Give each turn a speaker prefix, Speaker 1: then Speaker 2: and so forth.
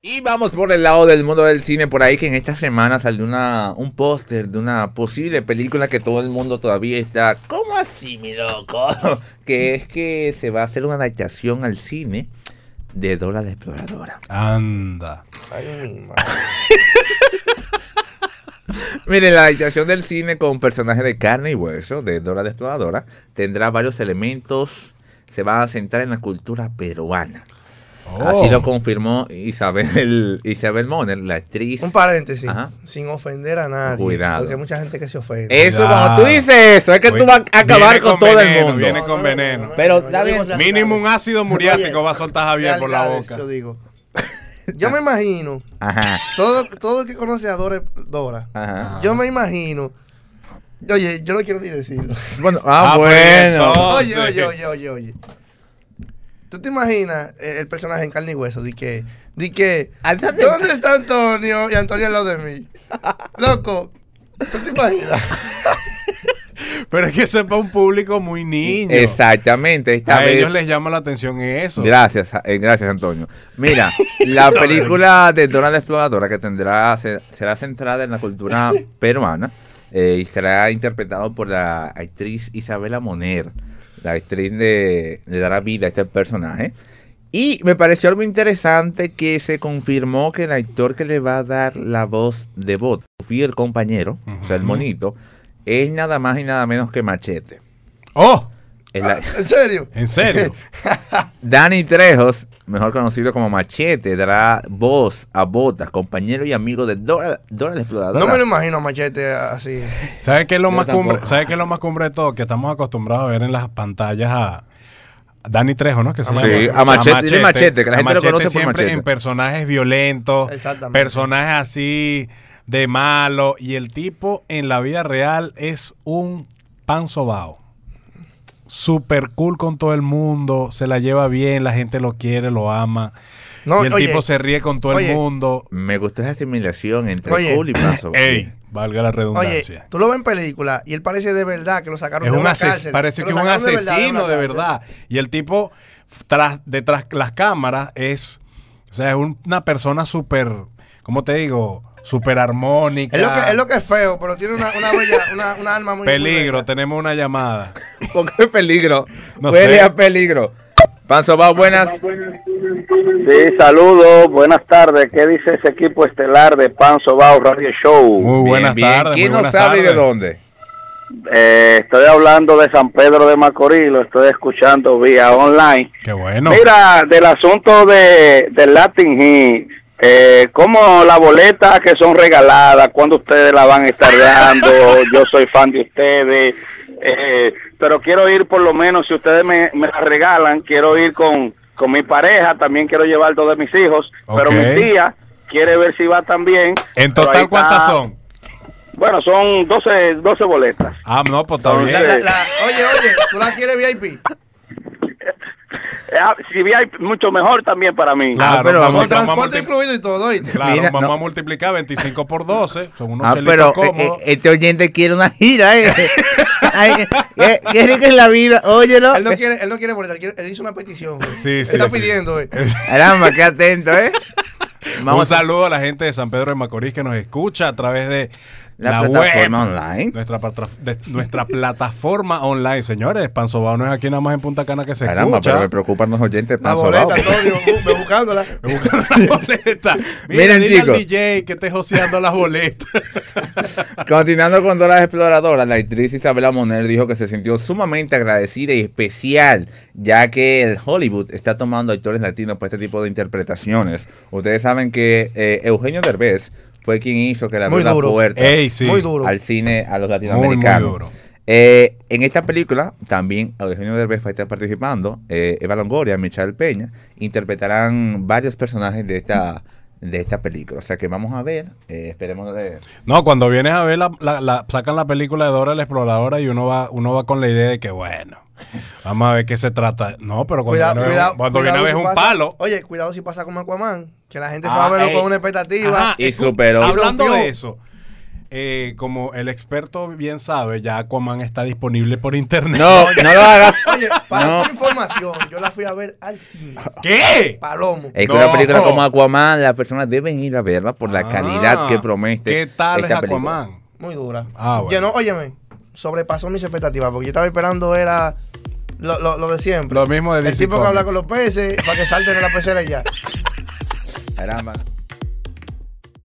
Speaker 1: Y vamos por el lado del mundo del cine, por ahí que en esta semana salió una, un póster de una posible película que todo el mundo todavía está, ¿cómo así, mi loco? Que es que se va a hacer una adaptación al cine de Dora la Exploradora.
Speaker 2: Anda.
Speaker 1: Miren, la adaptación del cine con personaje de carne y hueso de Dora la Exploradora tendrá varios elementos, se va a centrar en la cultura peruana.
Speaker 2: Oh.
Speaker 1: Así lo confirmó Isabel, Isabel Moner, la actriz.
Speaker 3: Un paréntesis,
Speaker 1: Ajá.
Speaker 3: sin ofender a nadie.
Speaker 1: Cuidado. Eh,
Speaker 3: Porque hay mucha gente que se ofende.
Speaker 1: Eso, cuando tú dices eso, es que tú
Speaker 2: Oye,
Speaker 1: vas a acabar
Speaker 2: viene
Speaker 1: con,
Speaker 2: con
Speaker 1: todo el
Speaker 2: veneno,
Speaker 1: mundo.
Speaker 2: viene con veneno.
Speaker 1: Pero,
Speaker 3: yo
Speaker 1: está
Speaker 3: digo
Speaker 1: bien.
Speaker 3: realidades.
Speaker 2: Mínimo un ácido muriático
Speaker 3: Oye,
Speaker 2: va a soltar Javier por la
Speaker 3: realidades,
Speaker 2: boca.
Speaker 3: Yo digo. Yo me imagino,
Speaker 1: Ajá,
Speaker 3: todo, todo el que conoce a Dora, Dora,
Speaker 2: Ah.
Speaker 1: ajá.
Speaker 3: yo me imagino. Oye, yo no quiero ni decirlo.
Speaker 1: Bueno, ah,
Speaker 2: Ah, pues,
Speaker 1: bueno.
Speaker 2: entonces. Oh,
Speaker 3: oye,
Speaker 2: sí.
Speaker 3: oye, oye, oye, oye. ¿Tú te imaginas eh, el personaje en carne y hueso? Di que, di que,
Speaker 1: ¿A dónde-
Speaker 3: ¿dónde está Antonio? Y Antonio al lado de mí. Loco, ¿tú te imaginas?
Speaker 2: Pero es que eso es para un público muy niño.
Speaker 1: Exactamente, esta
Speaker 2: A
Speaker 1: vez.
Speaker 2: ellos les llama la atención eso.
Speaker 1: Gracias, eh, gracias Antonio. Mira, la película de Dora la Exploradora que tendrá se- será centrada en la cultura peruana eh, y será interpretado por la actriz Isabela Moner. La actriz le, le dará vida a este personaje. Y me pareció algo interesante que se confirmó que el actor que le va a dar la voz de Bot, su fiel compañero, o sea, el
Speaker 2: Ujú.
Speaker 1: monito, es nada más y nada menos que Machete.
Speaker 2: Oh,
Speaker 1: El a-
Speaker 3: ¿En serio?
Speaker 2: en serio.
Speaker 1: Dani Trejos, mejor conocido como Machete, dará voz a Botas, compañero y amigo de Dora, Dora la Exploradora.
Speaker 3: No me lo imagino a Machete así.
Speaker 2: ¿Sabes qué es lo
Speaker 1: Yo
Speaker 2: más cumbre?
Speaker 1: tampoco.
Speaker 2: ¿Sabes qué es lo más cumbre de todo? Que estamos acostumbrados a ver en las pantallas a Dani Trejo, ¿no? Que se
Speaker 3: Sí,
Speaker 2: llama.
Speaker 1: a Machete, dile Machete, que la
Speaker 2: A
Speaker 1: gente lo conoce por
Speaker 2: siempre
Speaker 1: Machete.
Speaker 2: en personajes violentos,
Speaker 3: Exactamente.
Speaker 2: personajes así de malo y el tipo en la vida real es un pan sobao. Super cool con todo el mundo, se la lleva bien, la gente lo quiere, lo ama.
Speaker 3: No,
Speaker 2: y el
Speaker 3: oye,
Speaker 2: tipo se ríe con todo
Speaker 3: oye.
Speaker 2: el mundo.
Speaker 1: Me gustó esa asimilación entre
Speaker 3: Oye.
Speaker 1: cool y paso.
Speaker 2: Ey, valga la
Speaker 3: Oye,
Speaker 2: redundancia.
Speaker 3: tú lo ves en película y él parece de verdad que lo sacaron
Speaker 2: Es
Speaker 3: de
Speaker 2: un
Speaker 3: una
Speaker 2: ases-
Speaker 3: cárcel.
Speaker 2: parece que
Speaker 3: lo
Speaker 2: es un
Speaker 3: sacaron de verdad de
Speaker 2: asesino
Speaker 3: una
Speaker 2: de
Speaker 3: cárcel.
Speaker 2: verdad. Y el tipo tras, detrás las cámaras es, o sea, es un- una persona súper, ¿cómo te digo? Súper armónica.
Speaker 3: Es lo, que, es lo que es feo, pero tiene una, una bella, una, una alma muy...
Speaker 2: Peligro,
Speaker 3: muy bella.
Speaker 2: tenemos una llamada.
Speaker 1: ¿Por qué peligro?
Speaker 2: No
Speaker 1: Huele
Speaker 2: sé.
Speaker 1: a peligro. Panzo va buenas.
Speaker 4: Sí, saludos, buenas tardes. ¿Qué dice ese equipo estelar de Pan Sobao Radio Show?
Speaker 2: Muy buenas
Speaker 1: bien, bien.
Speaker 2: tardes.
Speaker 1: ¿Quién no
Speaker 2: muy buenas
Speaker 1: sabe y de
Speaker 2: tardes.
Speaker 1: dónde?
Speaker 4: Eh, estoy hablando de San Pedro de Macorís, lo estoy escuchando vía online.
Speaker 2: Qué bueno.
Speaker 4: Mira, del asunto de, del Latin Hit, eh, como las boletas que son regaladas, cuando ustedes la van a estar dando, yo soy fan de ustedes, eh, pero quiero ir por lo menos, si ustedes me, me la regalan, quiero ir con, con mi pareja, también quiero llevar dos de mis hijos, pero
Speaker 2: Ok.
Speaker 4: mi tía quiere ver si va también.
Speaker 2: En
Speaker 4: pero
Speaker 2: total,
Speaker 4: ahí está-
Speaker 2: ¿cuántas son?
Speaker 4: Bueno, son 12, 12 boletas.
Speaker 2: Ah, no, pues está
Speaker 3: La-
Speaker 2: bien.
Speaker 3: la- la- oye, oye, ¿tú la quieres VIP?
Speaker 4: Eh, ah, si hay mucho mejor también para mí.
Speaker 1: Ah, pero
Speaker 2: vamos,
Speaker 1: vamos
Speaker 2: vamos
Speaker 3: Con
Speaker 2: a
Speaker 3: transporte
Speaker 2: multi-
Speaker 3: incluido y todo, ¿oíste?
Speaker 2: claro,
Speaker 1: Mira,
Speaker 2: vamos
Speaker 1: no.
Speaker 2: a multiplicar 25 por 12. Son unos
Speaker 1: Ah,
Speaker 2: chelitos
Speaker 1: pero eh, eh,
Speaker 2: cómodos.
Speaker 1: este oyente quiere una gira, ¿eh? Ay, qué, qué rica es la vida, óyelo.
Speaker 3: Él no quiere, él no quiere boletar, él, quiere- él hizo una petición. güey.
Speaker 2: Sí,
Speaker 3: Él
Speaker 2: sí,
Speaker 3: está
Speaker 2: sí.
Speaker 3: pidiendo, güey.
Speaker 1: Caramba, qué atento, ¿eh?
Speaker 2: un
Speaker 1: Vamos a
Speaker 2: saludo a la gente de San Pedro de Macorís que nos escucha a través de
Speaker 1: la,
Speaker 2: la, web.
Speaker 1: plataforma online.
Speaker 2: Nuestra, patra- de- nuestra plataforma online, señores. Panzobao no es aquí nada más en Punta Cana que se
Speaker 1: Caramba,
Speaker 2: escucha.
Speaker 1: pero me preocupan los oyentes
Speaker 3: La
Speaker 1: Panzo
Speaker 3: boleta,
Speaker 1: Bao.
Speaker 3: Antonio, bu- ve buscándola.
Speaker 2: Me buscan la boleta. Mira,
Speaker 1: Miren,
Speaker 2: dile al
Speaker 1: chicos.
Speaker 2: DJ que esté joseando las boletas.
Speaker 1: Continuando con Dora la Exploradora, la actriz Isabela Moner dijo que se sintió sumamente agradecida y especial, ya que el Hollywood está tomando actores latinos para este tipo de interpretaciones. Ustedes saben que eh, Eugenio Derbez fue quien hizo que le abrió
Speaker 3: Muy
Speaker 1: las
Speaker 3: duro.
Speaker 1: puertas
Speaker 2: Ey, sí.
Speaker 3: Muy duro.
Speaker 1: al cine a los
Speaker 2: Muy, muy
Speaker 1: latinoamericanos.
Speaker 2: duro.
Speaker 1: Eh, en esta película también Eugenio Derbez va a estar participando, eh, Eva Longoria, Michelle Peña, interpretarán varios personajes de esta de esta película. O sea que vamos a ver, eh, esperemos de...
Speaker 2: No, cuando vienes a ver, la, la- la- sacan la película de Dora la Exploradora y uno va, uno va con la idea de que, bueno, vamos a ver qué se trata. No, pero cuando
Speaker 3: Cuidado,
Speaker 2: viene, a ver-
Speaker 3: cuidado.
Speaker 2: cuando
Speaker 3: cuidado
Speaker 2: viene a ver
Speaker 3: si
Speaker 2: un
Speaker 3: pasa-
Speaker 2: palo. eh,
Speaker 3: Oye, cuidado si pasa como Aquaman, que la gente
Speaker 1: Ah,
Speaker 3: fue a verlo
Speaker 1: ey.
Speaker 3: con una expectativa.
Speaker 2: Ajá,
Speaker 1: Y
Speaker 2: escu-
Speaker 1: superó.
Speaker 2: Hablando
Speaker 3: Y rompió.
Speaker 2: de eso, eh, como el experto bien sabe, ya Aquaman está disponible por internet.
Speaker 1: No, no lo hagas.
Speaker 3: Oye, para
Speaker 1: No.
Speaker 3: tu información, yo la fui a ver al cine.
Speaker 2: ¿Qué?
Speaker 3: Palomo.
Speaker 1: Es que
Speaker 2: No.
Speaker 1: una película como Aquaman, las personas deben ir a verla por la
Speaker 2: Ah,
Speaker 1: calidad que promete.
Speaker 2: ¿Qué tal
Speaker 1: esta
Speaker 2: es
Speaker 1: película.
Speaker 2: Aquaman?
Speaker 3: Muy dura.
Speaker 2: Ah, bueno.
Speaker 3: Yo no, óyeme, sobrepasó mis expectativas porque yo estaba esperando era lo, lo- lo de siempre.
Speaker 2: Lo mismo de
Speaker 3: El
Speaker 2: DC
Speaker 3: tipo que habla
Speaker 2: Comics.
Speaker 3: con los peces para que salten de la pecera y ya.
Speaker 1: Caramba.